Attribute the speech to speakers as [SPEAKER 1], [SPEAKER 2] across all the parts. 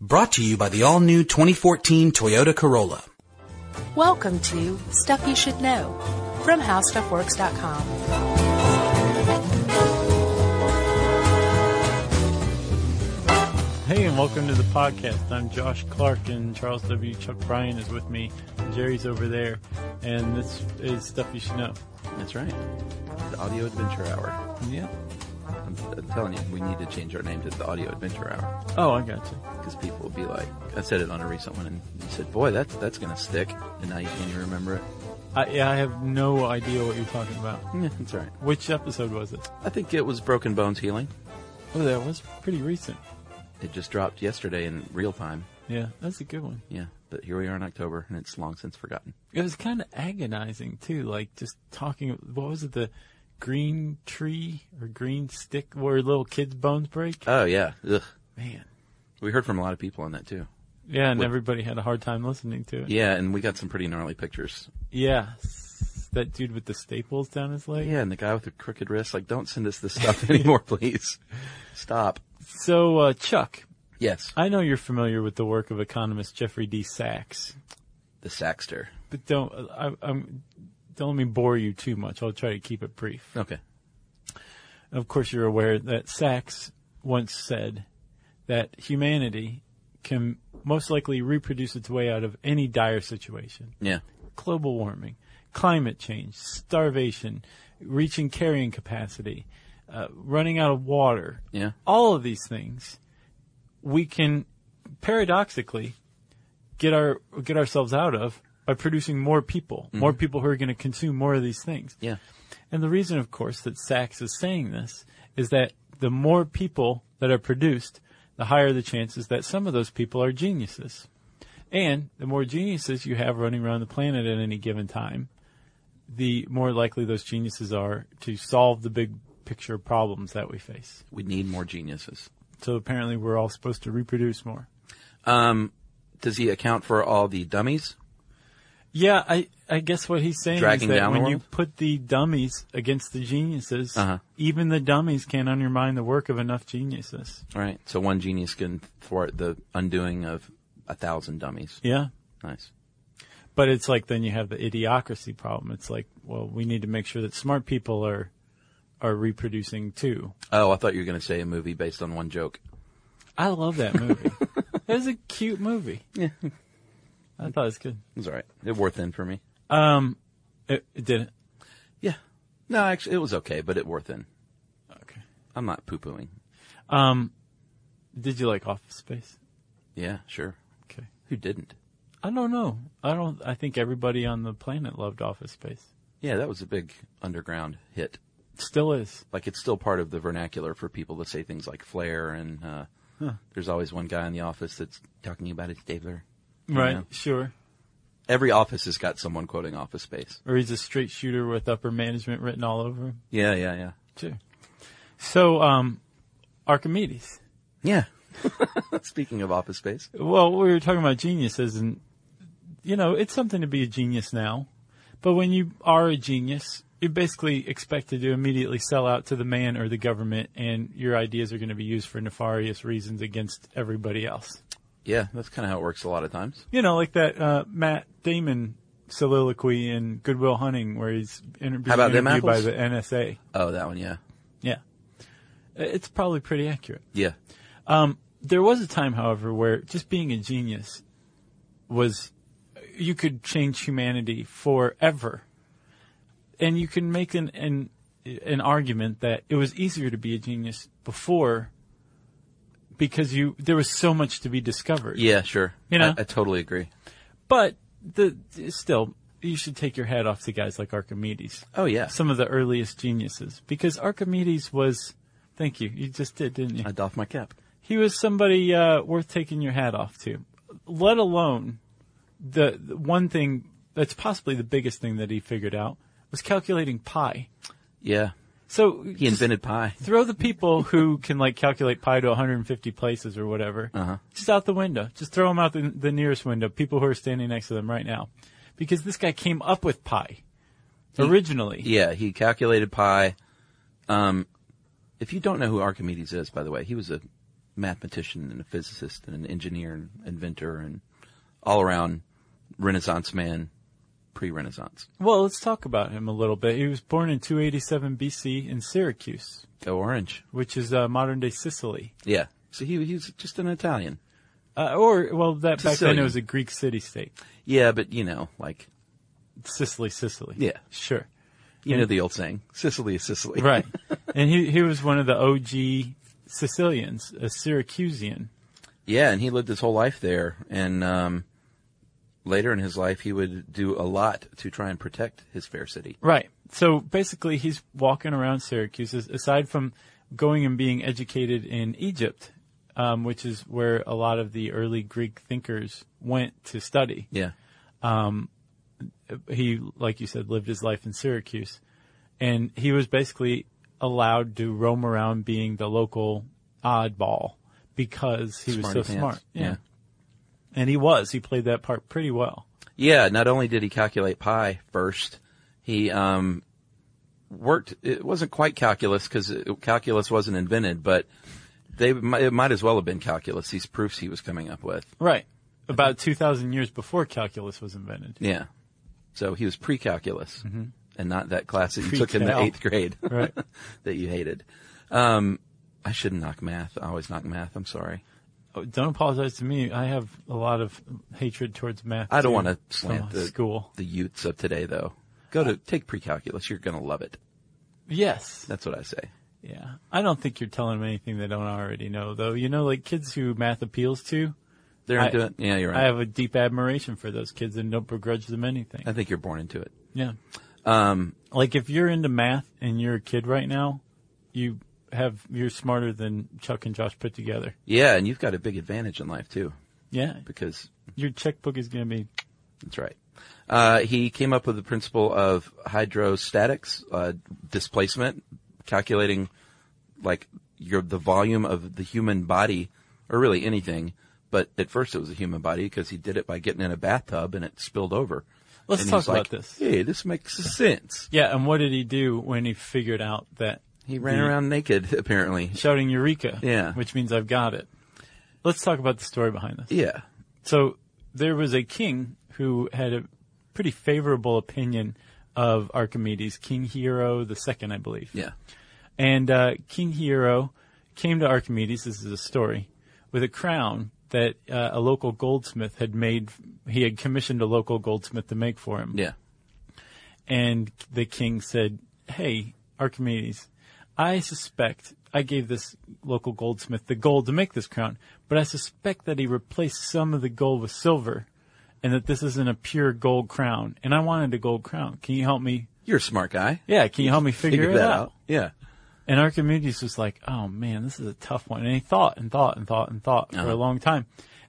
[SPEAKER 1] Brought to you by the all new 2014 Toyota Corolla.
[SPEAKER 2] Welcome to Stuff You Should Know from HowStuffWorks.com.
[SPEAKER 3] Hey, and welcome to the podcast. I'm Josh Clark, and Charles W. Chuck Bryan is with me. Jerry's over there, and this is stuff you should know.
[SPEAKER 4] That's right. The Audio Adventure Hour.
[SPEAKER 3] Yeah.
[SPEAKER 4] I'm, I'm telling you, we need to change our name to the Audio Adventure Hour
[SPEAKER 3] Oh, I got you.
[SPEAKER 4] because people will be like, I said it on a recent one, and you said, "Boy, that's that's gonna stick," and now you can't even remember it.
[SPEAKER 3] I, yeah, I have no idea what you're talking about.
[SPEAKER 4] Yeah, that's all right.
[SPEAKER 3] Which episode was it?
[SPEAKER 4] I think it was Broken Bones Healing.
[SPEAKER 3] Oh, that was pretty recent.
[SPEAKER 4] It just dropped yesterday in real time.
[SPEAKER 3] Yeah, that's a good one.
[SPEAKER 4] Yeah, but here we are in October, and it's long since forgotten.
[SPEAKER 3] It was kind of agonizing too, like just talking. What was it? The green tree or green stick where little kids' bones break?
[SPEAKER 4] Oh yeah, Ugh.
[SPEAKER 3] Man.
[SPEAKER 4] we heard from a lot of people on that too.
[SPEAKER 3] Yeah, and
[SPEAKER 4] What-
[SPEAKER 3] everybody had a hard time listening to it.
[SPEAKER 4] Yeah, and we got some pretty gnarly pictures.
[SPEAKER 3] Yeah. That dude with the staples down his leg.
[SPEAKER 4] Yeah, and the guy with the crooked wrist. Like, don't send us this stuff anymore, please. Stop.
[SPEAKER 3] So, uh, Chuck,
[SPEAKER 4] Yes,
[SPEAKER 3] I know you're familiar with the work of economist Jeffrey D. Sachs,
[SPEAKER 4] the Saxter.
[SPEAKER 3] but don't I, I'm don't let me bore you too much. I'll try to keep it brief.
[SPEAKER 4] Okay.
[SPEAKER 3] Of course, you're aware that Sachs once said that humanity can most likely reproduce its way out of any dire situation.
[SPEAKER 4] Yeah.
[SPEAKER 3] global warming, climate change, starvation, reaching carrying capacity, uh, running out of water.
[SPEAKER 4] Yeah.
[SPEAKER 3] All of these things, we can paradoxically get our get ourselves out of by producing more people, more people who are going to consume more of these things.
[SPEAKER 4] Yeah.
[SPEAKER 3] And the reason, of course, that Sachs is saying this is that the more people that are produced, the higher the chances that some of those people are geniuses. And the more geniuses you have running around the planet at any given time, the more likely those geniuses are to solve the big picture problems that we face.
[SPEAKER 4] We need more geniuses.
[SPEAKER 3] So apparently we're all supposed to reproduce more.
[SPEAKER 4] Um, does he account for all the dummies?
[SPEAKER 3] Yeah, I, I guess what he's saying
[SPEAKER 4] Dragging
[SPEAKER 3] is that
[SPEAKER 4] down the
[SPEAKER 3] when you
[SPEAKER 4] world?
[SPEAKER 3] put the dummies against the geniuses,
[SPEAKER 4] Uh-huh.
[SPEAKER 3] even the dummies can undermine the work of enough geniuses.
[SPEAKER 4] All right. So one genius can thwart the undoing of a thousand dummies.
[SPEAKER 3] Yeah.
[SPEAKER 4] Nice.
[SPEAKER 3] But it's like then you have the idiocracy problem. It's like, well, we need to make sure that smart people are are reproducing too.
[SPEAKER 4] Oh, I thought you were going to say a movie based on one joke.
[SPEAKER 3] I love that movie. it was a cute movie. Yeah. I thought it was good.
[SPEAKER 4] It's all right. It wore thin for me.
[SPEAKER 3] Um it, it didn't.
[SPEAKER 4] Yeah. No, actually, it was okay, but it wore thin.
[SPEAKER 3] Okay.
[SPEAKER 4] I'm not poo pooing.
[SPEAKER 3] Um did you like Office Space?
[SPEAKER 4] Yeah, sure.
[SPEAKER 3] Okay.
[SPEAKER 4] Who didn't?
[SPEAKER 3] I don't know. I don't I think everybody on the planet loved Office Space.
[SPEAKER 4] Yeah, that was a big underground hit.
[SPEAKER 3] Still is.
[SPEAKER 4] Like, it's still part of the vernacular for people to say things like flair, and uh, there's always one guy in the office that's talking about his stapler.
[SPEAKER 3] Right,
[SPEAKER 4] Yeah.
[SPEAKER 3] sure.
[SPEAKER 4] Every office has got someone quoting Office Space.
[SPEAKER 3] Or he's a straight shooter with upper management written all over him.
[SPEAKER 4] Yeah, yeah, yeah.
[SPEAKER 3] Sure. So, um, Archimedes.
[SPEAKER 4] Yeah. Speaking of office space.
[SPEAKER 3] Well, we were talking about geniuses, and you know, it's something to be a genius now, but when you are a genius, you're basically expected to immediately sell out to the man or the government, and your ideas are going to be used for nefarious reasons against everybody else.
[SPEAKER 4] Yeah, that's kind of how it works a lot of times.
[SPEAKER 3] You know, like that uh, Matt Damon soliloquy in Goodwill Hunting, where he's inter- being
[SPEAKER 4] about them
[SPEAKER 3] interviewed by
[SPEAKER 4] apples?
[SPEAKER 3] the NSA.
[SPEAKER 4] Oh, that one, yeah.
[SPEAKER 3] Yeah, Uh, it's probably pretty accurate.
[SPEAKER 4] Yeah.
[SPEAKER 3] There was a time, however, where just being a genius was, you could change humanity forever. And you can make an, an, an argument that it was easier to be a genius before because you, there was so much to be discovered.
[SPEAKER 4] Yeah, sure.
[SPEAKER 3] You know?
[SPEAKER 4] I, I totally agree.
[SPEAKER 3] But the, still, you should take your hat off to guys like Archimedes.
[SPEAKER 4] Oh, yeah.
[SPEAKER 3] Some of the earliest geniuses because Archimedes was, thank you, you just did, didn't you?
[SPEAKER 4] I doff my cap.
[SPEAKER 3] he was somebody uh, worth taking your hat off to. Let alone the, the one thing that's possibly the biggest thing that he figured out was calculating pi.
[SPEAKER 4] Yeah.
[SPEAKER 3] So
[SPEAKER 4] He invented pie.
[SPEAKER 3] throw the people who can like calculate pi to 150 places or whatever
[SPEAKER 4] Uh-huh.
[SPEAKER 3] just out the window. Just throw them out the, the nearest window. People who are standing next to them right now, because this guy came up with pi originally.
[SPEAKER 4] Yeah, he calculated pie. Um, if you don't know who Archimedes is, by the way, he was a mathematician and a physicist and an engineer and inventor and all around Renaissance man, pre Renaissance.
[SPEAKER 3] Well, let's talk about him a little bit. He was born in 287 BC in Syracuse,
[SPEAKER 4] Go orange.
[SPEAKER 3] which is uh, modern day Sicily.
[SPEAKER 4] Yeah. So he, he was just an Italian.
[SPEAKER 3] Uh, or, well, that back then
[SPEAKER 4] Sicilian.
[SPEAKER 3] it was a Greek city state.
[SPEAKER 4] Yeah, but you know, like,
[SPEAKER 3] Sicily, Sicily.
[SPEAKER 4] Yeah.
[SPEAKER 3] Sure.
[SPEAKER 4] you know the old saying, Sicily is Sicily.
[SPEAKER 3] Right. and he, he was one of the OG Sicilians, a Syracusan.
[SPEAKER 4] Yeah, and he lived his whole life there. And um, later in his life, he would do a lot to try and protect his fair city.
[SPEAKER 3] Right. So basically, he's walking around Syracuse. as- Aside from going and being educated in Egypt, um, which is where a lot of the early Greek thinkers went to study,
[SPEAKER 4] Yeah.
[SPEAKER 3] he, like you said, lived his life in Syracuse, and he was basically allowed to roam around being the local oddball because he was so
[SPEAKER 4] Smarty pants.
[SPEAKER 3] smart.
[SPEAKER 4] Yeah.
[SPEAKER 3] And he was. He played that part pretty well.
[SPEAKER 4] Yeah, not only did he calculate pi first, he um, worked. It wasn't quite calculus because calculus wasn't invented, but they mi- it might as well have been calculus. These proofs he was coming up with.
[SPEAKER 3] Right. About 2,000 years before calculus was invented.
[SPEAKER 4] Yeah, so he was pre-calculus and not that class that you took in the
[SPEAKER 3] Mm-hmm. Pre-cal.
[SPEAKER 4] eighth grade
[SPEAKER 3] Right.
[SPEAKER 4] that you hated. Um, I shouldn't knock math. I always knock math. I'm sorry.
[SPEAKER 3] Oh, Don't apologize to me. I have a lot of hatred towards math.
[SPEAKER 4] I don't
[SPEAKER 3] too,
[SPEAKER 4] want to
[SPEAKER 3] from
[SPEAKER 4] slant the
[SPEAKER 3] school.
[SPEAKER 4] the youths of today though. Go to take pre-calculus. You're gonna love it.
[SPEAKER 3] Yes.
[SPEAKER 4] That's what I say.
[SPEAKER 3] Yeah. I don't think you're telling them anything they don't already know, though. You know, like kids who math appeals to.
[SPEAKER 4] They're
[SPEAKER 3] I-
[SPEAKER 4] into it. Yeah, you're right.
[SPEAKER 3] I have a deep admiration for those kids and don't begrudge them anything.
[SPEAKER 4] I think you're born into it.
[SPEAKER 3] yeah.
[SPEAKER 4] Um,
[SPEAKER 3] Like if you're into math and you're a kid right now, you have you're smarter than Chuck and Josh put together.
[SPEAKER 4] yeah, and you've got a big advantage in life too,
[SPEAKER 3] Yeah.
[SPEAKER 4] because
[SPEAKER 3] Your checkbook is going to be
[SPEAKER 4] that's right. Uh, he came up with the principle of hydrostatics, uh, displacement, calculating like your, the volume of the human body, or really anything. But at first it was a human body because he did it by getting in a bathtub and it spilled over.
[SPEAKER 3] Let's
[SPEAKER 4] And he
[SPEAKER 3] talk
[SPEAKER 4] was
[SPEAKER 3] about
[SPEAKER 4] like,
[SPEAKER 3] this.
[SPEAKER 4] Hey, this makes sense.
[SPEAKER 3] Yeah, and what did he do when he figured out that
[SPEAKER 4] He ran
[SPEAKER 3] the-
[SPEAKER 4] around naked, apparently.
[SPEAKER 3] shouting Eureka?
[SPEAKER 4] Yeah.
[SPEAKER 3] Which means I've got it. Let's talk about the story behind this.
[SPEAKER 4] Yeah.
[SPEAKER 3] So there was a king who had a pretty favorable opinion of Archimedes, King Hero the Second, I believe.
[SPEAKER 4] Yeah.
[SPEAKER 3] And uh, King Hero came to Archimedes, this is a story, with a crown that uh, a local goldsmith had made. He had commissioned a local goldsmith to make for him.
[SPEAKER 4] Yeah.
[SPEAKER 3] And the king said, Hey, Archimedes, I suspect I gave this local goldsmith the gold to make this crown, but I suspect that he replaced some of the gold with silver and that this isn't a pure gold crown. And I wanted a gold crown. Can you help me?
[SPEAKER 4] You're a smart guy.
[SPEAKER 3] Yeah, can you help me figure,
[SPEAKER 4] Figure
[SPEAKER 3] it
[SPEAKER 4] that
[SPEAKER 3] out?
[SPEAKER 4] out. Yeah.
[SPEAKER 3] And Archimedes was like, oh man, this is a tough one. And he thought and thought and thought and thought for
[SPEAKER 4] Uh-huh.
[SPEAKER 3] a long time.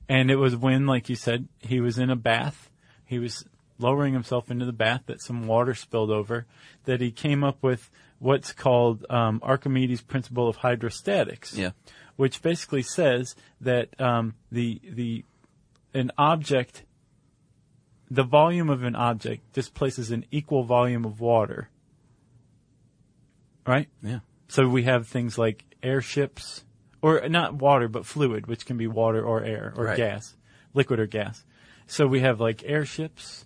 [SPEAKER 3] And it was when, like you said, he was in a bath. He was lowering himself into the bath that some water spilled over that he came up with what's called um, Archimedes' principle of hydrostatics.
[SPEAKER 4] Yeah.
[SPEAKER 3] Which basically says that um, the the an object, the volume of an object displaces an equal volume of water. Right?
[SPEAKER 4] Yeah.
[SPEAKER 3] So we have things like airships, or not water, but fluid, which can be water or air or
[SPEAKER 4] Right.
[SPEAKER 3] gas, liquid or gas. So we have like airships,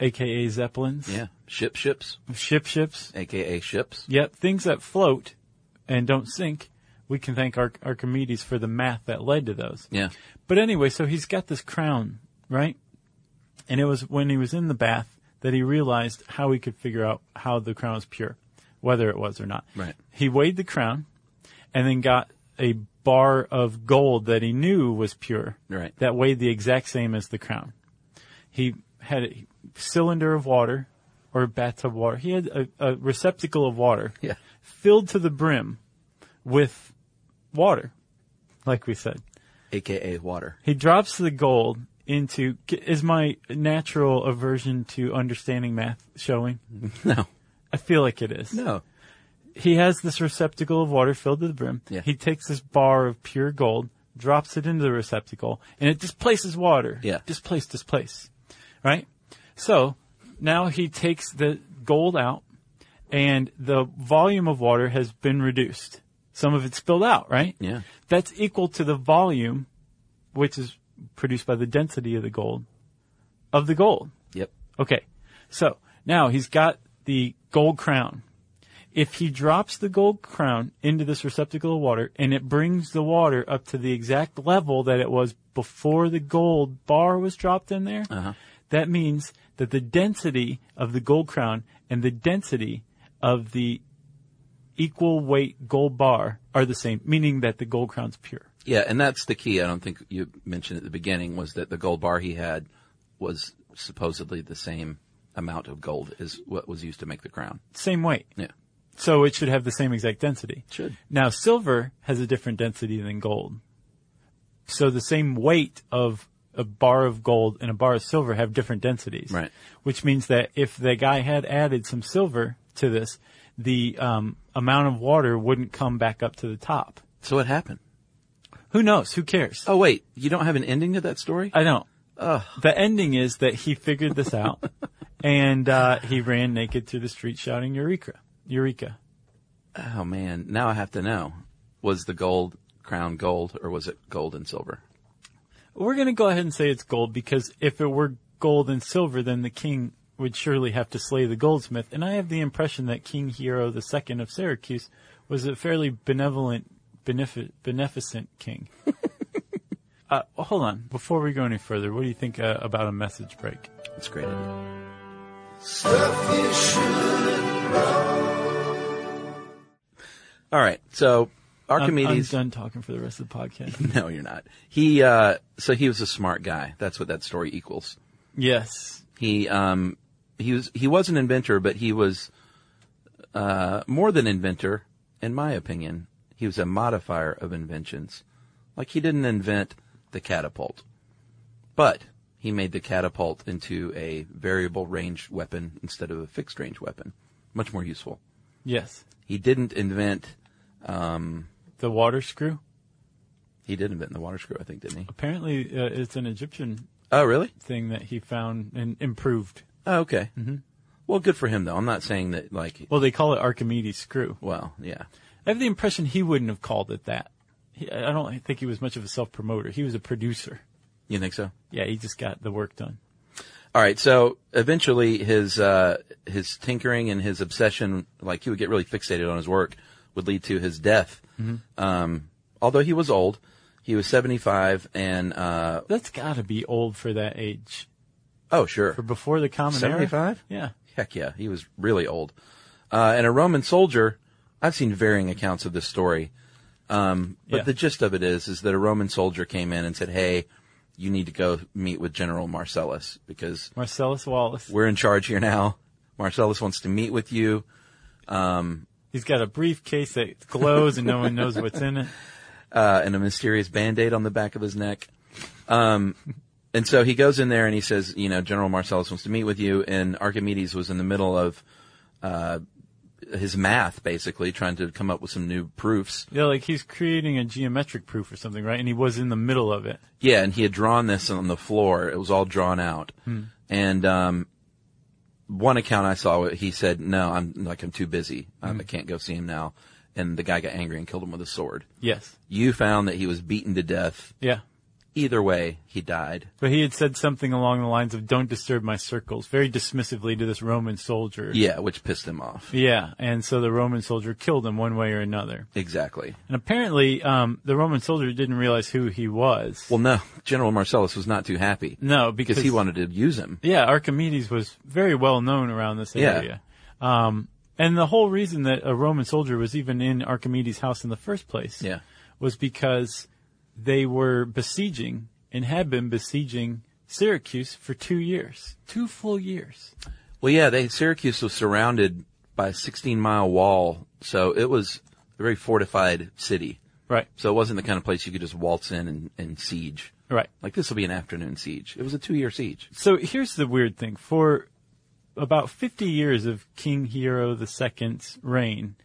[SPEAKER 3] aka zeppelins,
[SPEAKER 4] Yeah. Ship ships,
[SPEAKER 3] ship ships.
[SPEAKER 4] aka ships.
[SPEAKER 3] Yep, things that float and don't sink. We can thank Arch- Archimedes for the math that led to those.
[SPEAKER 4] Yeah.
[SPEAKER 3] But anyway, so he's got this crown, right? And it was when he was in the bath that he realized how he could figure out how the crown was pure, whether it was or not.
[SPEAKER 4] Right.
[SPEAKER 3] He weighed the crown and then got a bar of gold that he knew was pure.
[SPEAKER 4] Right.
[SPEAKER 3] That weighed the exact same as the crown. He had a cylinder of water or a bathtub of water. He had a, a receptacle of water
[SPEAKER 4] Yeah.
[SPEAKER 3] filled to the brim with water, like we said.
[SPEAKER 4] AKA water.
[SPEAKER 3] He drops the gold into. Is my natural aversion to understanding math showing?
[SPEAKER 4] No.
[SPEAKER 3] I feel like it is.
[SPEAKER 4] No.
[SPEAKER 3] He has this receptacle of water filled to the brim.
[SPEAKER 4] Yeah.
[SPEAKER 3] He takes this bar of pure gold, drops it into the receptacle, and it displaces water.
[SPEAKER 4] Yeah.
[SPEAKER 3] Displace, displace. Right? So now he takes the gold out, and the volume of water has been reduced. Some of it spilled out, right?
[SPEAKER 4] Yeah.
[SPEAKER 3] that's equal to the volume, which is produced by the density of the gold, of the gold.
[SPEAKER 4] Yep.
[SPEAKER 3] Okay. So now he's got the gold crown. If he drops the gold crown into this receptacle of water and it brings the water up to the exact level that it was before the gold bar was dropped in there, that means that the density of the gold crown and the density of the equal weight gold bar are the same, meaning that the gold crown's pure.
[SPEAKER 4] Yeah, and that's the key. I don't think you mentioned at the beginning was that the gold bar he had was supposedly the same amount of gold as what was used to make the crown.
[SPEAKER 3] Same weight.
[SPEAKER 4] Yeah.
[SPEAKER 3] So it should have the same exact density.
[SPEAKER 4] Should.
[SPEAKER 3] Now silver has a different density than gold. So the same weight of a bar of gold and a bar of silver have different densities.
[SPEAKER 4] Right.
[SPEAKER 3] Which means that if the guy had added some silver to this, the um, amount of water wouldn't come back up to the top.
[SPEAKER 4] So what happened?
[SPEAKER 3] Who knows? Who cares?
[SPEAKER 4] Oh wait, you don't have an ending to that story?
[SPEAKER 3] I don't. The ending is that he figured this out and uh, he ran naked through the street shouting Eureka. Eureka.
[SPEAKER 4] oh man, now I have to know. Was the gold crown gold or was it gold and silver?
[SPEAKER 3] We're going to go ahead and say it's gold because if it were gold and silver, then the king would surely have to slay the goldsmith. And I have the impression that King Hero II of Syracuse was a fairly benevolent, benefi- beneficent king. uh, hold on. Before we go any further, what do you think uh, about a message break?
[SPEAKER 4] That's a great idea.
[SPEAKER 5] Stuff you should know.
[SPEAKER 4] All right, so
[SPEAKER 3] I'm, I'm
[SPEAKER 4] Archimedes.
[SPEAKER 3] done talking for the rest of the podcast.
[SPEAKER 4] no, you're not. He uh, so he was a smart guy. That's what that story equals.
[SPEAKER 3] yes.
[SPEAKER 4] He um he was he was an inventor, but he was uh more than inventor, in my opinion. He was a modifier of inventions. Like he didn't invent the catapult. But he made the catapult into a variable range weapon instead of a fixed range weapon. Much more useful.
[SPEAKER 3] Yes.
[SPEAKER 4] He didn't invent
[SPEAKER 3] The water screw.
[SPEAKER 4] he did invent the water screw, I think, didn't he?
[SPEAKER 3] Apparently, uh, it's an Egyptian
[SPEAKER 4] Oh really?
[SPEAKER 3] thing that he found and improved.
[SPEAKER 4] Oh, okay. Mm-hmm. Well, good for him though. I'm not saying that like
[SPEAKER 3] Well, they call it Archimedes screw.
[SPEAKER 4] well, yeah.
[SPEAKER 3] I have the impression he wouldn't have called it that. He, I don't think he was much of a self promoter. He was a producer.
[SPEAKER 4] You think so?
[SPEAKER 3] Yeah, he just got the work done.
[SPEAKER 4] All right, so eventually his uh, his tinkering and his obsession, like he would get really fixated on his work, would lead to his death. Um, although he was old, he was seventy five, and uh,
[SPEAKER 3] That's got to be old for that age.
[SPEAKER 4] oh sure,
[SPEAKER 3] For before the common era.
[SPEAKER 4] 75?
[SPEAKER 3] Yeah.
[SPEAKER 4] heck yeah, he was really old. Uh, and a Roman soldier, I've seen varying accounts of this story, um, but
[SPEAKER 3] Yeah.
[SPEAKER 4] the gist of it is is that a Roman soldier came in and said, "Hey, you need to go meet with General Marcellus because
[SPEAKER 3] Marcellus Wallace.
[SPEAKER 4] we're in charge here now. Marcellus wants to meet with you."
[SPEAKER 3] He's got a briefcase that glows and no one knows what's in it.
[SPEAKER 4] uh, and a mysterious band-aid on the back of his neck. Um, and so he goes in there and he says, you know, General Marcellus wants to meet with you. And Archimedes was in the middle of, uh, his math basically trying to come up with some new proofs.
[SPEAKER 3] Yeah, like he's creating a geometric proof or something, right? And he was in the middle of it.
[SPEAKER 4] Yeah. And he had drawn this on the floor. It was all drawn out. And, um, one account I saw, he said, no, I'm like, I'm too busy. Um, I can't go see him now. And the guy got angry and killed him with a sword.
[SPEAKER 3] Yes.
[SPEAKER 4] You found that he was beaten to death.
[SPEAKER 3] Yeah.
[SPEAKER 4] Either way, he died.
[SPEAKER 3] But he had said something along the lines of "Don't disturb my circles," very dismissively to this Roman soldier.
[SPEAKER 4] Yeah, which pissed him off.
[SPEAKER 3] Yeah, and so the Roman soldier killed him one way or another.
[SPEAKER 4] Exactly.
[SPEAKER 3] And apparently, um, the Roman soldier didn't realize who he was.
[SPEAKER 4] Well, no, General Marcellus was not too happy
[SPEAKER 3] no, because
[SPEAKER 4] because he wanted to use him.
[SPEAKER 3] Yeah, Archimedes was very well known around this
[SPEAKER 4] Yeah.
[SPEAKER 3] area. Um, and the whole reason that a Roman soldier was even in Archimedes' house in the first place
[SPEAKER 4] Yeah.
[SPEAKER 3] was because they were besieging and had been besieging Syracuse for two years, two full years.
[SPEAKER 4] Well, yeah, they Syracuse was surrounded by a 16 mile wall, so it was a very fortified city.
[SPEAKER 3] Right,
[SPEAKER 4] So it wasn't the kind of place you could just waltz in and, and siege.
[SPEAKER 3] right.
[SPEAKER 4] Like this will be an afternoon siege. It was a two year siege.
[SPEAKER 3] So here's the weird thing. For about 50 years of King Hero II's reign,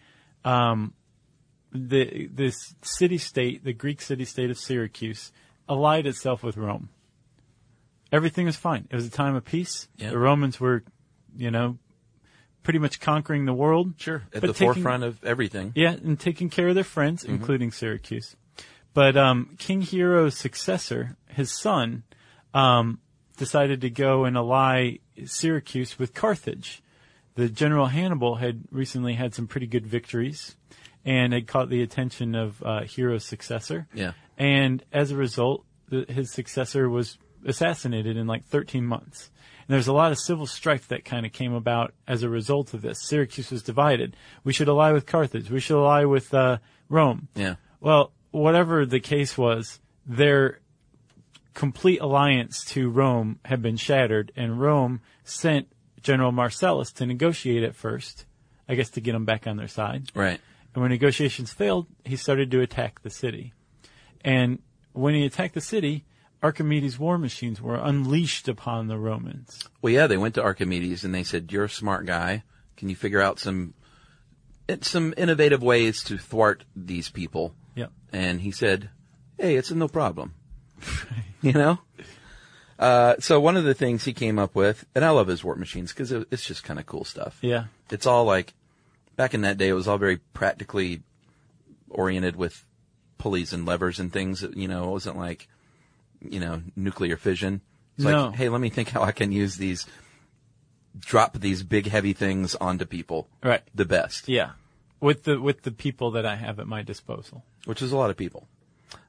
[SPEAKER 3] um, the, this city state, the Greek city state of Syracuse, allied itself with Rome. Everything was fine. It was a time of peace.
[SPEAKER 4] Yeah.
[SPEAKER 3] The Romans were, you know, pretty much conquering the world.
[SPEAKER 4] At
[SPEAKER 3] but
[SPEAKER 4] the
[SPEAKER 3] taking-
[SPEAKER 4] forefront of everything.
[SPEAKER 3] yeah, and taking care of their friends, including Syracuse. But um, King Hiro's successor, his son, um, decided to go and ally Syracuse with Carthage. The general Hannibal had recently had some pretty good victories and had caught the attention of uh, Hiro's successor.
[SPEAKER 4] Yeah.
[SPEAKER 3] And as a result, the, his successor was assassinated in like 13 months. And there's a lot of civil strife that kind of came about as a result of this. Syracuse was divided. We should ally with Carthage. We should ally with uh, Rome.
[SPEAKER 4] Yeah.
[SPEAKER 3] Well, whatever the case was, their complete alliance to Rome had been shattered, and Rome sent General Marcellus to negotiate at first, I guess to get them back on their side.
[SPEAKER 4] Right.
[SPEAKER 3] And when negotiations failed, he started to attack the city. And when he attacked the city, Archimedes' war machines were unleashed upon the Romans.
[SPEAKER 4] Well, yeah, they went to Archimedes and they said, "You're a smart guy. Can you figure out some it- some innovative ways to thwart these people?"
[SPEAKER 3] Yep.
[SPEAKER 4] And he said, "Hey, it's no problem." you know. Uh, so one of the things he came up with, and I love his warp machines because it, it's just kind of cool stuff.
[SPEAKER 3] Yeah.
[SPEAKER 4] It's all like back in that day, it was all very practically oriented with pulleys and levers and things. You know, it wasn't like you know nuclear fission. It's
[SPEAKER 3] No.
[SPEAKER 4] like, hey, let me think how I can use these, drop these big heavy things onto people.
[SPEAKER 3] Right.
[SPEAKER 4] The best.
[SPEAKER 3] Yeah. With the with the people that I have at my disposal.
[SPEAKER 4] which is a lot of people.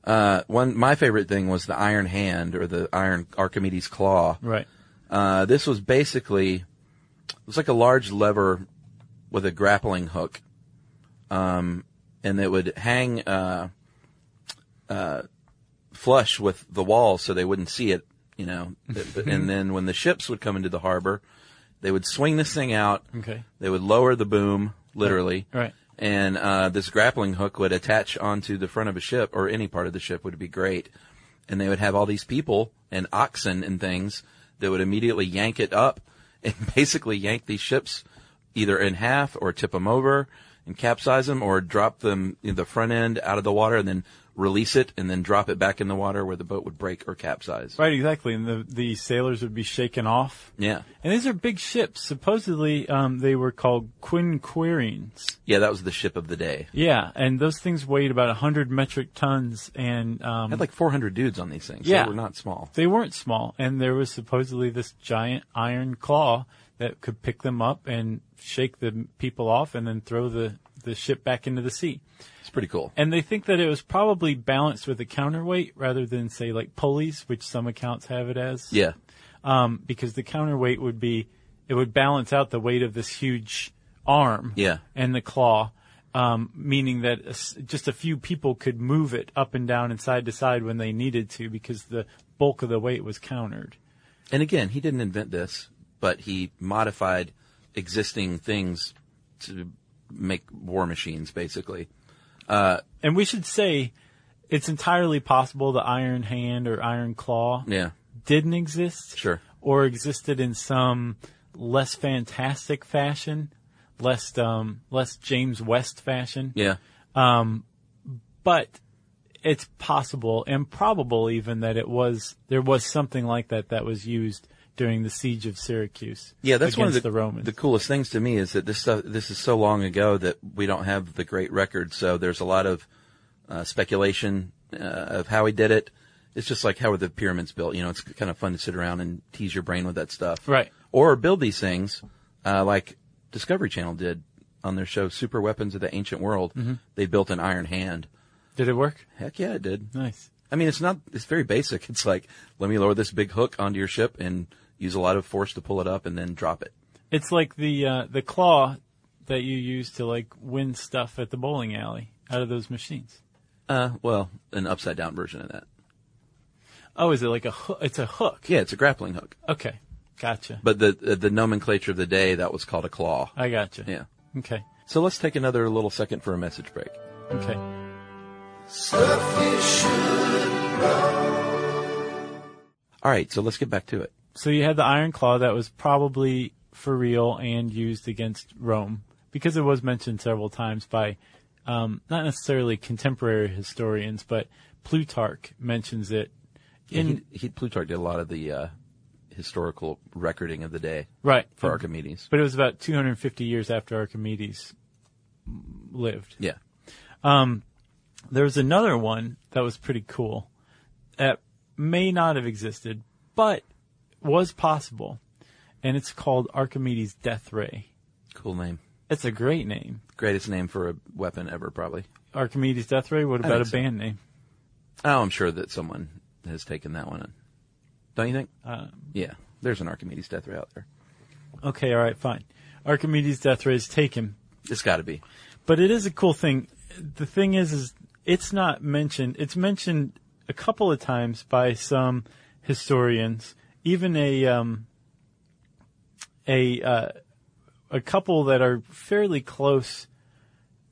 [SPEAKER 4] Uh, one my favorite thing was the Iron Hand or the Iron Archimedes Claw.
[SPEAKER 3] Right.
[SPEAKER 4] Uh, this was basically it was like a large lever with a grappling hook, um, and it would hang uh, uh, flush with the wall so they wouldn't see it. You know, and then when the ships would come into the harbor, they would swing this thing out.
[SPEAKER 3] Okay.
[SPEAKER 4] They would lower the boom, literally.
[SPEAKER 3] Right.
[SPEAKER 4] And uh, this grappling hook would attach onto the front of a ship or any part of the ship would be great. And they would have all these people and oxen and things that would immediately yank it up and basically yank these ships either in half or tip them over and capsize them or drop them in the front end out of the water and then release it and then drop it back in the water where the boat would break or capsize.
[SPEAKER 3] Right, exactly. And the, the sailors would be shaken off.
[SPEAKER 4] Yeah.
[SPEAKER 3] And these are big ships. Supposedly, um, they were called quinquirines.
[SPEAKER 4] Yeah, that was the ship of the day.
[SPEAKER 3] Yeah. And those things weighed about 100 metric tons. And um,
[SPEAKER 4] had like 400 dudes on these things.
[SPEAKER 3] Yeah.
[SPEAKER 4] They were not small.
[SPEAKER 3] they weren't small. And there was supposedly this giant iron claw that could pick them up and shake the people off and then throw the, the ship back into the sea.
[SPEAKER 4] It's pretty cool.
[SPEAKER 3] And they think that it was probably balanced with a counterweight rather than, say, like pulleys, which some accounts have it as.
[SPEAKER 4] Yeah.
[SPEAKER 3] um, because the counterweight would be it would balance out the weight of this huge arm
[SPEAKER 4] Yeah.
[SPEAKER 3] and the claw, um, meaning that a s just a few people could move it up and down and side to side when they needed to because the bulk of the weight was countered.
[SPEAKER 4] And again, he didn't invent this, but he modified existing things to make war machines, basically.
[SPEAKER 3] And we should say it's entirely possible the Iron Hand or Iron Claw
[SPEAKER 4] Yeah.
[SPEAKER 3] didn't exist.
[SPEAKER 4] Sure.
[SPEAKER 3] Or existed in some less fantastic fashion, less um, less James West fashion.
[SPEAKER 4] Yeah.
[SPEAKER 3] but it's possible and probable even that it was there was something like that that was used during the siege of Syracuse.
[SPEAKER 4] Yeah, that's
[SPEAKER 3] against
[SPEAKER 4] one of the,
[SPEAKER 3] the Romans.
[SPEAKER 4] the coolest things to me is that this stuff, this is so long ago that we don't have the great record. So there's a lot of uh, speculation uh, of how he did it. It's just like how were the pyramids built? You know, it's kind of fun to sit around and tease your brain with that stuff.
[SPEAKER 3] Right.
[SPEAKER 4] Or build these things, uh, like Discovery Channel did on their show Super Weapons of the Ancient World.
[SPEAKER 3] Mm-hmm.
[SPEAKER 4] They built an iron hand.
[SPEAKER 3] Did it work?
[SPEAKER 4] Heck yeah, it did.
[SPEAKER 3] Nice.
[SPEAKER 4] I mean, it's not, it's very basic. It's like, let me lower this big hook onto your ship and use a lot of force to pull it up and then drop it.
[SPEAKER 3] It's like the uh, the claw that you use to like win stuff at the bowling alley out of those machines.
[SPEAKER 4] Uh, well, an upside down version of that.
[SPEAKER 3] Oh, is it like a hook? It's a hook.
[SPEAKER 4] Yeah, it's a grappling hook.
[SPEAKER 3] Okay, gotcha.
[SPEAKER 4] But the the, the nomenclature of the day that was called a claw.
[SPEAKER 3] I gotcha.
[SPEAKER 4] Yeah.
[SPEAKER 3] Okay.
[SPEAKER 4] So let's take another little second for a message break.
[SPEAKER 3] Okay.
[SPEAKER 5] Stuff you should know.
[SPEAKER 4] All right, so let's get back to it.
[SPEAKER 3] So you had the Iron Claw that was probably for real and used against Rome because it was mentioned several times by um, not necessarily contemporary historians, but Plutarch mentions it. In,
[SPEAKER 4] And he, he Plutarch did a lot of the uh, historical recording of the day
[SPEAKER 3] right.
[SPEAKER 4] for Archimedes.
[SPEAKER 3] But it was about 250 years after Archimedes lived.
[SPEAKER 4] Yeah.
[SPEAKER 3] There was another one that was pretty cool that may not have existed, but was possible. And it's called Archimedes Death Ray.
[SPEAKER 4] Cool name.
[SPEAKER 3] It's a great name.
[SPEAKER 4] Greatest name for a weapon ever, probably.
[SPEAKER 3] Archimedes Death Ray, what about a
[SPEAKER 4] think so.
[SPEAKER 3] band name?
[SPEAKER 4] Oh, I'm sure that someone has taken that one. Don't you think? yeah. There's an Archimedes death ray out there.
[SPEAKER 3] Okay, all right, fine. Archimedes Death Ray is taken.
[SPEAKER 4] It's got to be.
[SPEAKER 3] But it is a cool thing. The thing is, is it's not mentioned. It's mentioned a couple of times by some historians, even a um, a uh, a couple that are fairly close,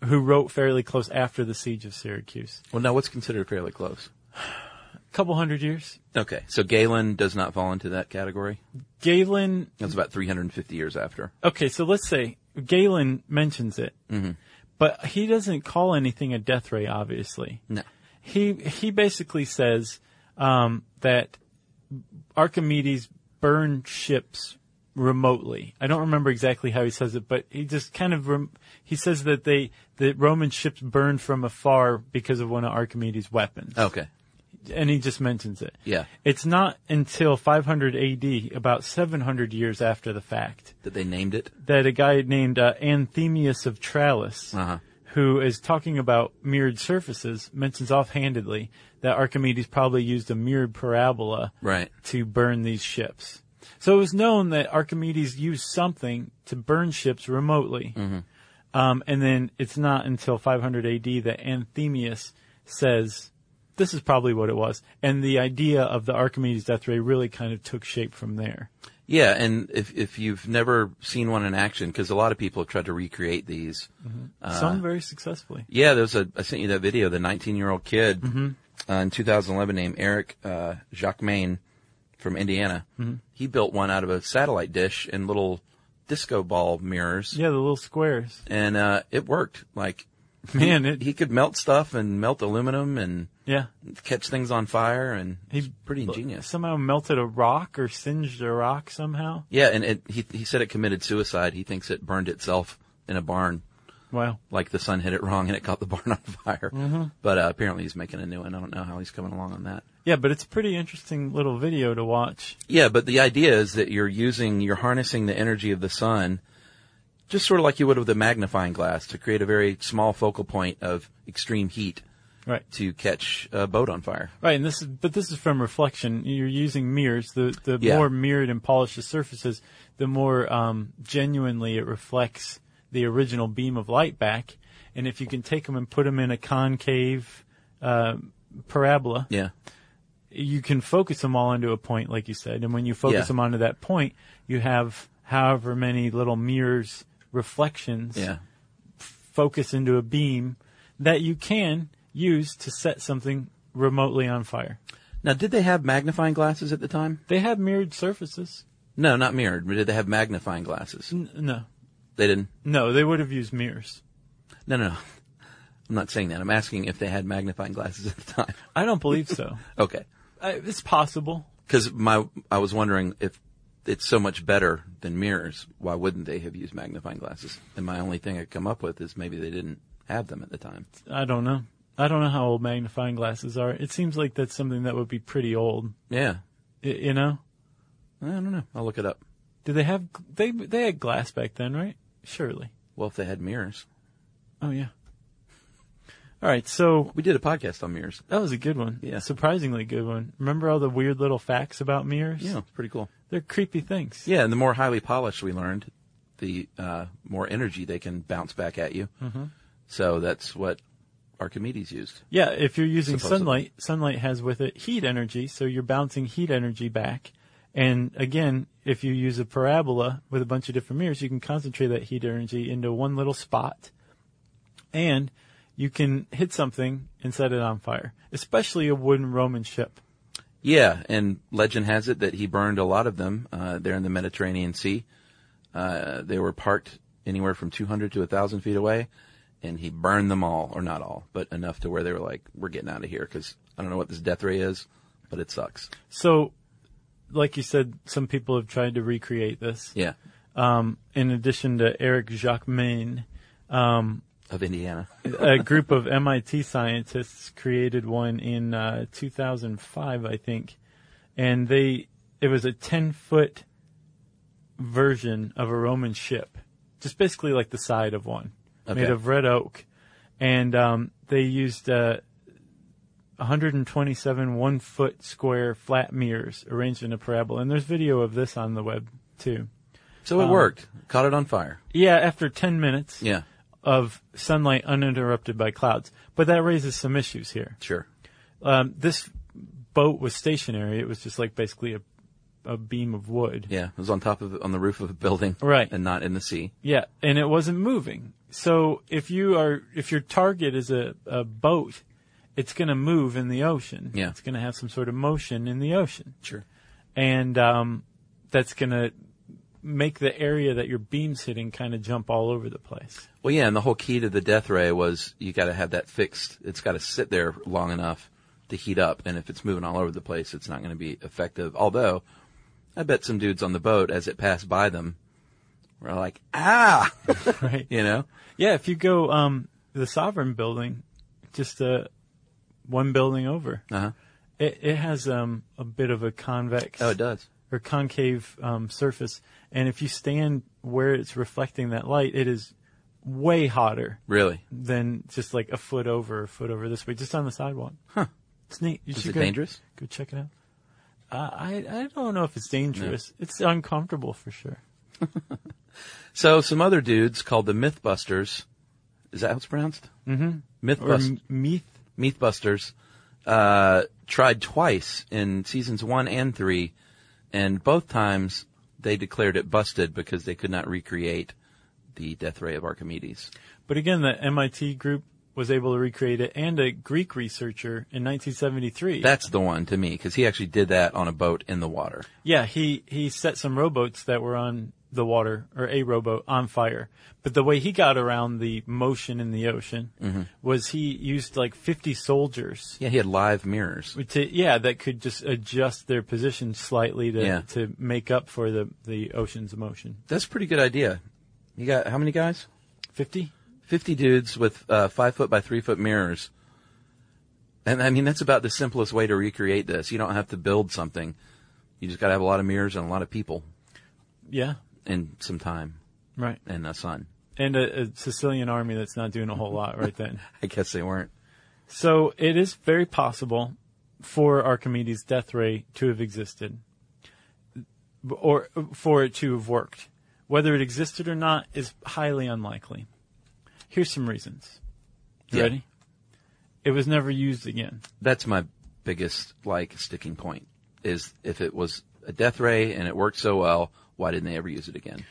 [SPEAKER 3] who wrote fairly close after the siege of Syracuse,
[SPEAKER 4] Well, now what's considered fairly close?
[SPEAKER 3] a couple hundred years.
[SPEAKER 4] Okay, so Galen does not fall into that category.
[SPEAKER 3] Galen
[SPEAKER 4] That's about 350 years after.
[SPEAKER 3] okay, so let's say Galen mentions it,
[SPEAKER 4] Mm-hmm.
[SPEAKER 3] but he doesn't call anything a death ray, obviously.
[SPEAKER 4] No.
[SPEAKER 3] He he basically says um, that Archimedes burned ships remotely. I don't remember exactly how he says it, but he just kind of rem- he says that they the Roman ships burned from afar because of one of Archimedes' weapons
[SPEAKER 4] Okay.
[SPEAKER 3] and he just mentions it.
[SPEAKER 4] Oh. Yeah.
[SPEAKER 3] It's not until 500 AD, about 700 years after the fact,
[SPEAKER 4] That they named it?
[SPEAKER 3] that a guy named uh, Anthemius of Tralles,
[SPEAKER 4] Uh-huh.
[SPEAKER 3] who is talking about mirrored surfaces, mentions offhandedly that Archimedes probably used a mirrored parabola
[SPEAKER 4] Right.
[SPEAKER 3] to burn these ships. So it was known that Archimedes used something to burn ships remotely.
[SPEAKER 4] Mm-hmm.
[SPEAKER 3] Um, and then it's not until 500 AD that Anthemius says, this is probably what it was. And the idea of the Archimedes death ray really kind of took shape from there.
[SPEAKER 4] Yeah, and if if you've never seen one in action, because a lot of people have tried to recreate these.
[SPEAKER 3] Mm-hmm.
[SPEAKER 4] Uh.
[SPEAKER 3] Some very successfully.
[SPEAKER 4] Yeah, there's a. I sent you that video. The 19 year old kid
[SPEAKER 3] Mm-hmm.
[SPEAKER 4] uh, in 2011 named Eric uh, Jacquemain from Indiana.
[SPEAKER 3] Mm-hmm.
[SPEAKER 4] He built one out of a satellite dish and little disco ball mirrors,
[SPEAKER 3] Yeah, the little squares.
[SPEAKER 4] and uh, it worked. Like
[SPEAKER 3] Man, it,
[SPEAKER 4] he could melt stuff and melt aluminum and
[SPEAKER 3] yeah.
[SPEAKER 4] catch things on fire, and he's pretty ingenious.
[SPEAKER 3] Somehow melted a rock or singed a rock somehow.
[SPEAKER 4] Yeah, and it, he he said it committed suicide. He thinks it burned itself in a barn,
[SPEAKER 3] Wow.
[SPEAKER 4] like the sun hit it wrong and it caught the barn on fire. But uh, apparently he's making a new one. I don't know how he's coming along on that.
[SPEAKER 3] Yeah, but it's a pretty interesting little video to watch.
[SPEAKER 4] Yeah, but the idea is that you're using you're harnessing the energy of the sun, just sort of like you would with a magnifying glass, to create a very small focal point of extreme heat
[SPEAKER 3] Right.
[SPEAKER 4] to catch a boat on fire.
[SPEAKER 3] Right, and this is, but this is from reflection. You're using mirrors. The the
[SPEAKER 4] Yeah.
[SPEAKER 3] more mirrored and polished the surfaces, the more um, genuinely it reflects the original beam of light back. And if you can take them and put them in a concave uh, parabola,
[SPEAKER 4] Yeah,
[SPEAKER 3] you can focus them all into a point, like you said. And when you focus
[SPEAKER 4] Yeah.
[SPEAKER 3] them onto that point, you have however many little mirrors reflections
[SPEAKER 4] yeah.
[SPEAKER 3] focus into a beam that you can use to set something remotely on fire.
[SPEAKER 4] Now, did they have magnifying glasses at the time?
[SPEAKER 3] They had mirrored surfaces.
[SPEAKER 4] No, not mirrored. But did they have magnifying glasses?
[SPEAKER 3] N- no,
[SPEAKER 4] They didn't.
[SPEAKER 3] no, they would have used mirrors.
[SPEAKER 4] No, no, no. I'm not saying that. I'm asking if they had magnifying glasses at the time.
[SPEAKER 3] I don't believe so.
[SPEAKER 4] Okay.
[SPEAKER 3] I, it's possible.
[SPEAKER 4] Cause my, I was wondering if it's so much better than mirrors, why wouldn't they have used magnifying glasses? And my only thing I come up with is maybe they didn't have them at the time.
[SPEAKER 3] I don't know. I don't know how old magnifying glasses are. It seems like that's something that would be pretty old.
[SPEAKER 4] Yeah.
[SPEAKER 3] Y- you know?
[SPEAKER 4] I don't know. I'll look it up.
[SPEAKER 3] Did they have they they had glass back then, right? Surely.
[SPEAKER 4] Well, if they had mirrors,
[SPEAKER 3] Oh yeah. All right, so
[SPEAKER 4] we did a podcast on mirrors.
[SPEAKER 3] that was a good one.
[SPEAKER 4] Yeah.
[SPEAKER 3] Surprisingly good one. Remember all the weird little facts about mirrors?
[SPEAKER 4] Yeah. It's pretty cool.
[SPEAKER 3] They're creepy things.
[SPEAKER 4] Yeah. And the more highly polished we learned, the, uh, more energy they can bounce back at you. Mm-hmm. So that's what Archimedes used.
[SPEAKER 3] Yeah, if you're using
[SPEAKER 4] Supposedly.
[SPEAKER 3] sunlight, sunlight has with it heat energy, so you're bouncing heat energy back. And again, if you use a parabola with a bunch of different mirrors, you can concentrate that heat energy into one little spot and you can hit something and set it on fire, especially a wooden Roman ship.
[SPEAKER 4] Yeah, and legend has it that he burned a lot of them uh, there in the Mediterranean Sea. Uh, they were parked anywhere from 200 to 1,000 feet away, and he burned them all, or not all, but enough to where they were like, we're getting out of here because I don't know what this death ray is, but it sucks.
[SPEAKER 3] So, like you said, some people have tried to recreate this.
[SPEAKER 4] Yeah.
[SPEAKER 3] um, in addition to Eric Jacquemain, um,
[SPEAKER 4] of Indiana.
[SPEAKER 3] a group of MIT scientists created one in uh, 2005, I think, and they it was a 10 foot version of a Roman ship, just basically like the side of one, made
[SPEAKER 4] Okay.
[SPEAKER 3] of red oak, and um, they used uh, 127 one foot square flat mirrors arranged in a parabola, and there's video of this on the web too.
[SPEAKER 4] So it worked. Caught it on fire.
[SPEAKER 3] Yeah, after 10 minutes
[SPEAKER 4] Yeah,
[SPEAKER 3] of sunlight uninterrupted by clouds. But that raises some issues here.
[SPEAKER 4] sure.
[SPEAKER 3] Um, this boat was stationary. It was just like basically a, a beam of wood.
[SPEAKER 4] Yeah, it was on top of on the roof of a building,
[SPEAKER 3] Right.
[SPEAKER 4] and not in the sea.
[SPEAKER 3] Yeah, and it wasn't moving. So if you are, if your target is a, a boat, it's going to move in the ocean.
[SPEAKER 4] Yeah.
[SPEAKER 3] It's going to have some sort of motion in the ocean.
[SPEAKER 4] Sure.
[SPEAKER 3] And, um, that's going to make the area that your beam's hitting kind of jump all over the place.
[SPEAKER 4] Well, yeah, and the whole key to the death ray was you got to have that fixed. It's got to sit there long enough to heat up, and if it's moving all over the place, it's not going to be effective. Although, I bet some dudes on the boat as it passed by them were like, "Ah,"
[SPEAKER 3] Right.
[SPEAKER 4] you know.
[SPEAKER 3] Yeah, if you go um the Sovereign building, just uh one building over,
[SPEAKER 4] Uh huh.
[SPEAKER 3] it, it has um a bit of a convex
[SPEAKER 4] Oh, it does.
[SPEAKER 3] or concave um, surface, and if you stand where it's reflecting that light, it is way hotter
[SPEAKER 4] Really?
[SPEAKER 3] than just like a foot over, a foot over this way, just on the sidewalk. Huh. It's neat. You
[SPEAKER 4] Is
[SPEAKER 3] should
[SPEAKER 4] it
[SPEAKER 3] go,
[SPEAKER 4] dangerous?
[SPEAKER 3] Go check it out. Uh, I I don't know if it's dangerous. It's uncomfortable for sure.
[SPEAKER 4] So some other dudes called the MythBusters. Is that how it's pronounced? Mm-hmm.
[SPEAKER 3] Or
[SPEAKER 4] MythBusters.
[SPEAKER 3] m- meath.
[SPEAKER 4] MythBusters uh, tried twice in seasons one and three, and both times they declared it busted because they could not recreate the death ray of Archimedes.
[SPEAKER 3] But again, the MIT group was able to recreate it, and a Greek researcher in 1973.
[SPEAKER 4] That's the one to me because he actually did that on a boat in the water.
[SPEAKER 3] yeah, he he set some rowboats that were on the water or a rowboat on fire. But the way he got around the motion in the ocean was he used like 50 soldiers.
[SPEAKER 4] Yeah, he had live mirrors.
[SPEAKER 3] To, yeah, that could just adjust their position slightly to,
[SPEAKER 4] Yeah.
[SPEAKER 3] to make up for the, the ocean's motion.
[SPEAKER 4] That's a pretty good idea. You got how many guys?
[SPEAKER 3] 50?
[SPEAKER 4] 50 dudes with uh, five foot by three foot mirrors. And I mean, that's about the simplest way to recreate this. You don't have to build something. You just got to have a lot of mirrors and a lot of people
[SPEAKER 3] Yeah,
[SPEAKER 4] and some time
[SPEAKER 3] right.
[SPEAKER 4] and a son.
[SPEAKER 3] And a, a Sicilian army that's not doing a whole lot right then.
[SPEAKER 4] I guess they weren't.
[SPEAKER 3] So it is very possible for Archimedes' death ray to have existed, or for it to have worked. Whether it existed or not is highly unlikely. Here's some reasons. You
[SPEAKER 4] Yeah.
[SPEAKER 3] Ready? It was never used again.
[SPEAKER 4] That's my biggest like sticking point is if it was a death ray and it worked so well, why didn't they ever use it again?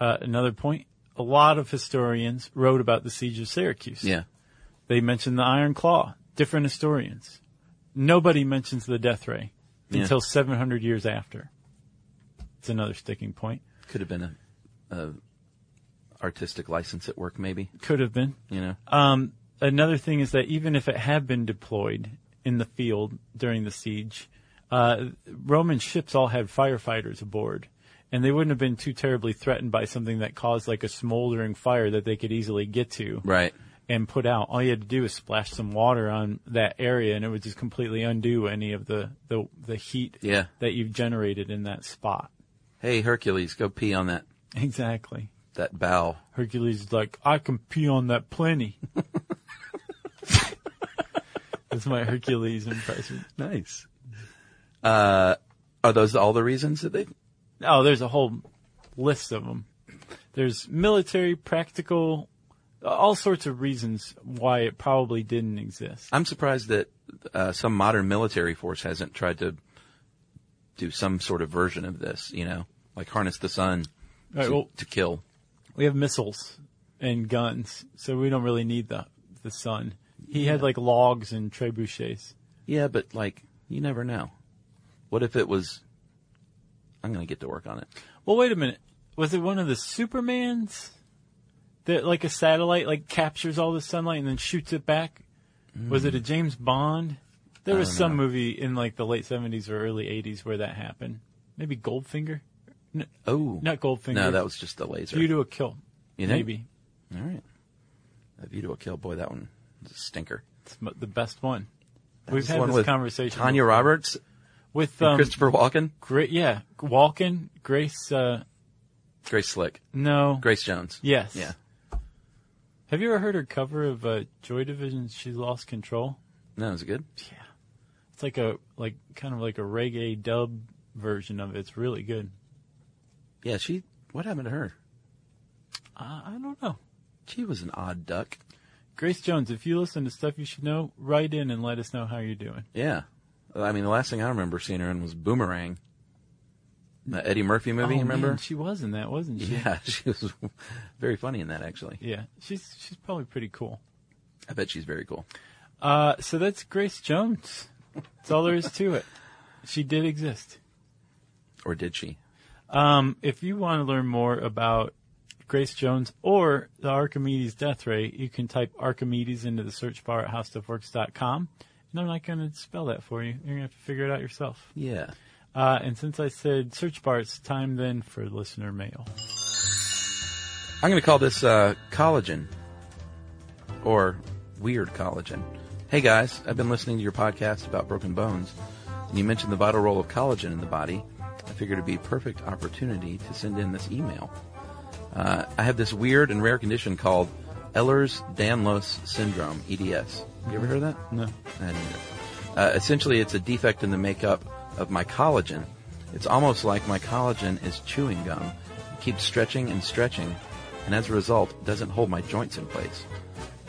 [SPEAKER 3] Uh, another point. A lot of historians wrote about the siege of Syracuse.
[SPEAKER 4] Yeah.
[SPEAKER 3] They mentioned the Iron Claw. Different historians. Nobody mentions the death ray
[SPEAKER 4] Yeah.
[SPEAKER 3] until 700 years after. It's another sticking point.
[SPEAKER 4] Could have been a, a artistic license at work, maybe,
[SPEAKER 3] Could have been.
[SPEAKER 4] you know?
[SPEAKER 3] Um, another thing is that even if it had been deployed in the field during the siege, uh, Roman ships all had firefighters aboard, and they wouldn't have been too terribly threatened by something that caused like a smoldering fire that they could easily get to
[SPEAKER 4] right.
[SPEAKER 3] and put out. All you had to do was splash some water on that area, and it would just completely undo any of the the, the heat
[SPEAKER 4] Yeah.
[SPEAKER 3] that you've generated in that spot.
[SPEAKER 4] Hey, Hercules, go pee on that,
[SPEAKER 3] Exactly.
[SPEAKER 4] that bow.
[SPEAKER 3] Hercules is like, I can pee on that plenty. That's my Hercules impression.
[SPEAKER 4] Nice. Uh, are those all the reasons that they?
[SPEAKER 3] Oh, there's a whole list of them. There's military, practical, all sorts of reasons why it probably didn't exist.
[SPEAKER 4] I'm surprised that uh, some modern military force hasn't tried to do some sort of version of this. You know, like harness the sun
[SPEAKER 3] All right,
[SPEAKER 4] to,
[SPEAKER 3] well,
[SPEAKER 4] to kill.
[SPEAKER 3] we have missiles and guns, so we don't really need the the sun. He had like logs and trebuchets.
[SPEAKER 4] Yeah, but like you never know. What if it was? I'm gonna get to work on it.
[SPEAKER 3] Well, wait a minute. Was it one of the Supermans that, like, a satellite, like, captures all the sunlight and then shoots it back? Was it a James Bond? There was some movie in like the late '70s or early '80s where that happened. Maybe Goldfinger,
[SPEAKER 4] Oh,
[SPEAKER 3] not Goldfinger.
[SPEAKER 4] no, that was just the laser.
[SPEAKER 3] View to a Kill.
[SPEAKER 4] You think?
[SPEAKER 3] maybe.
[SPEAKER 4] All right. A View to a Kill. Boy, that one is a stinker.
[SPEAKER 3] It's m- the best one.
[SPEAKER 4] That
[SPEAKER 3] We've
[SPEAKER 4] was the
[SPEAKER 3] had
[SPEAKER 4] one
[SPEAKER 3] this
[SPEAKER 4] with
[SPEAKER 3] conversation
[SPEAKER 4] Tanya
[SPEAKER 3] before.
[SPEAKER 4] Roberts
[SPEAKER 3] with
[SPEAKER 4] and
[SPEAKER 3] um,
[SPEAKER 4] Christopher Walken,
[SPEAKER 3] Gra- yeah, Walken, Grace. Uh,
[SPEAKER 4] Grace Slick,
[SPEAKER 3] no,
[SPEAKER 4] Grace Jones.
[SPEAKER 3] Yes.
[SPEAKER 4] Yeah.
[SPEAKER 3] Have you ever heard her cover of uh, Joy Division's "She Lost Control"?
[SPEAKER 4] No, is it good?
[SPEAKER 3] It's like a like kind of like a reggae dub version of it. It's really good.
[SPEAKER 4] Yeah, she. What happened to her?
[SPEAKER 3] Uh, I, I don't know.
[SPEAKER 4] She was an odd duck.
[SPEAKER 3] Grace Jones, if you listen to stuff you should know, write in and let us know how you're doing.
[SPEAKER 4] Yeah. I mean, the last thing I remember seeing her in was Boomerang, the Eddie Murphy movie.
[SPEAKER 3] Oh,
[SPEAKER 4] you remember?
[SPEAKER 3] man, she was in that, wasn't she?
[SPEAKER 4] yeah, she was very funny in that. Actually,
[SPEAKER 3] Yeah, she's she's probably pretty cool.
[SPEAKER 4] I bet she's very cool.
[SPEAKER 3] Uh, so that's Grace Jones. That's all there is to it. She did exist.
[SPEAKER 4] Or did she?
[SPEAKER 3] Um, if you want to learn more about Grace Jones or the Archimedes death ray, you can type Archimedes into the search bar at howstuffworks.com. And I'm not going to spell that for you. You're going to have to figure it out yourself.
[SPEAKER 4] Yeah.
[SPEAKER 3] Uh, and since I said search bar, it's time then for listener mail.
[SPEAKER 4] I'm going to call this uh, collagen or weird collagen. Hey guys, I've been listening to your podcast about broken bones, and you mentioned the vital role of collagen in the body. I figured it'd be a perfect opportunity to send in this email. Uh, I have this weird and rare condition called Ehlers-Danlos syndrome (EDS). You ever heard of that?
[SPEAKER 3] No.
[SPEAKER 4] I didn't either. Uh, essentially, it's a defect in the makeup of my collagen. It's almost like my collagen is chewing gum. It keeps stretching and stretching, and as a result, doesn't hold my joints in place.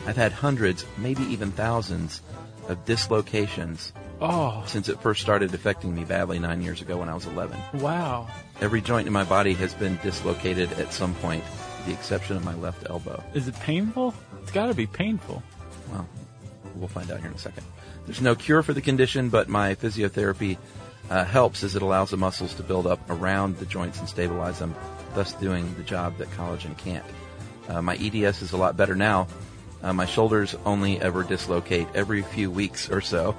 [SPEAKER 4] I've had hundreds, maybe even thousands, of dislocations
[SPEAKER 3] Oh,
[SPEAKER 4] since it first started affecting me badly nine years ago when I was 11.
[SPEAKER 3] wow.
[SPEAKER 4] Every joint in my body has been dislocated at some point, with the exception of my left elbow.
[SPEAKER 3] Is it painful? It's got to be painful.
[SPEAKER 4] Well, we'll find out here in a second. There's no cure for the condition, but my physiotherapy uh, helps as it allows the muscles to build up around the joints and stabilize them, thus doing the job that collagen can't. Uh, my EDS is a lot better now. Uh, my shoulders only ever dislocate every few weeks or so.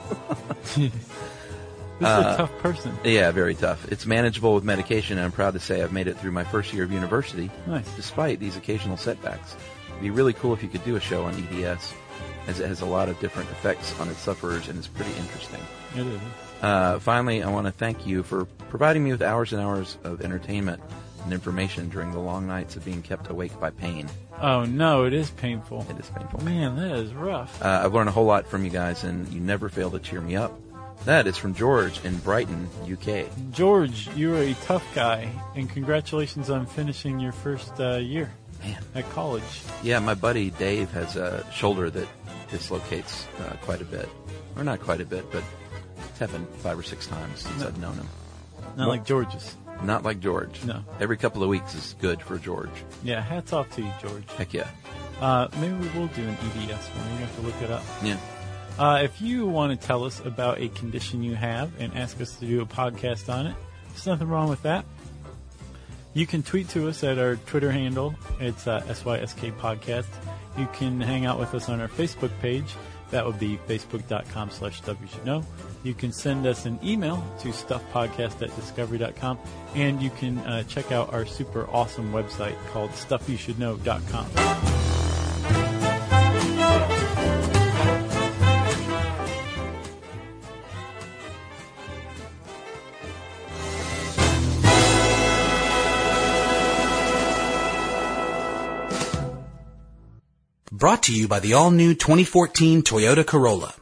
[SPEAKER 3] This is a tough person.
[SPEAKER 4] yeah, very tough. It's manageable with medication, and I'm proud to say I've made it through my first year of university
[SPEAKER 3] Nice.
[SPEAKER 4] despite these occasional setbacks. It'd be really cool if you could do a show on EDS, as it has a lot of different effects on its sufferers and is pretty interesting.
[SPEAKER 3] It is.
[SPEAKER 4] Uh, finally, I want to thank you for providing me with hours and hours of entertainment and information during the long nights of being kept awake by pain.
[SPEAKER 3] Oh, no, it is painful.
[SPEAKER 4] It is painful.
[SPEAKER 3] Man, that is rough.
[SPEAKER 4] Uh, I've learned a whole lot from you guys, and you never fail to cheer me up. That is from George in Brighton, UK.
[SPEAKER 3] George, you are a tough guy, and congratulations on finishing your first uh, year
[SPEAKER 4] Man,
[SPEAKER 3] at college.
[SPEAKER 4] yeah, my buddy Dave has a shoulder that dislocates uh, quite a bit, or not quite a bit, but it's happened five or six times since I've known him.
[SPEAKER 3] Not like George's.
[SPEAKER 4] Not like George.
[SPEAKER 3] No.
[SPEAKER 4] Every couple of weeks is good for George.
[SPEAKER 3] Yeah, hats off to you, George.
[SPEAKER 4] Heck yeah.
[SPEAKER 3] Uh, maybe we will do an EDS one. We're going to have to look it up.
[SPEAKER 4] Yeah.
[SPEAKER 3] Uh, if you want to tell us about a condition you have and ask us to do a podcast on it, there's nothing wrong with that. You can tweet to us at our Twitter handle. It's uh, SYSK Podcast. You can hang out with us on our Facebook page. That would be facebook.com slash stuff you should know. You can send us an email to stuffpodcast at discovery.com. And you can uh, check out our super awesome website called stuffyoushouldknow.com.
[SPEAKER 1] Brought to you by the all new 2014 Toyota Corolla.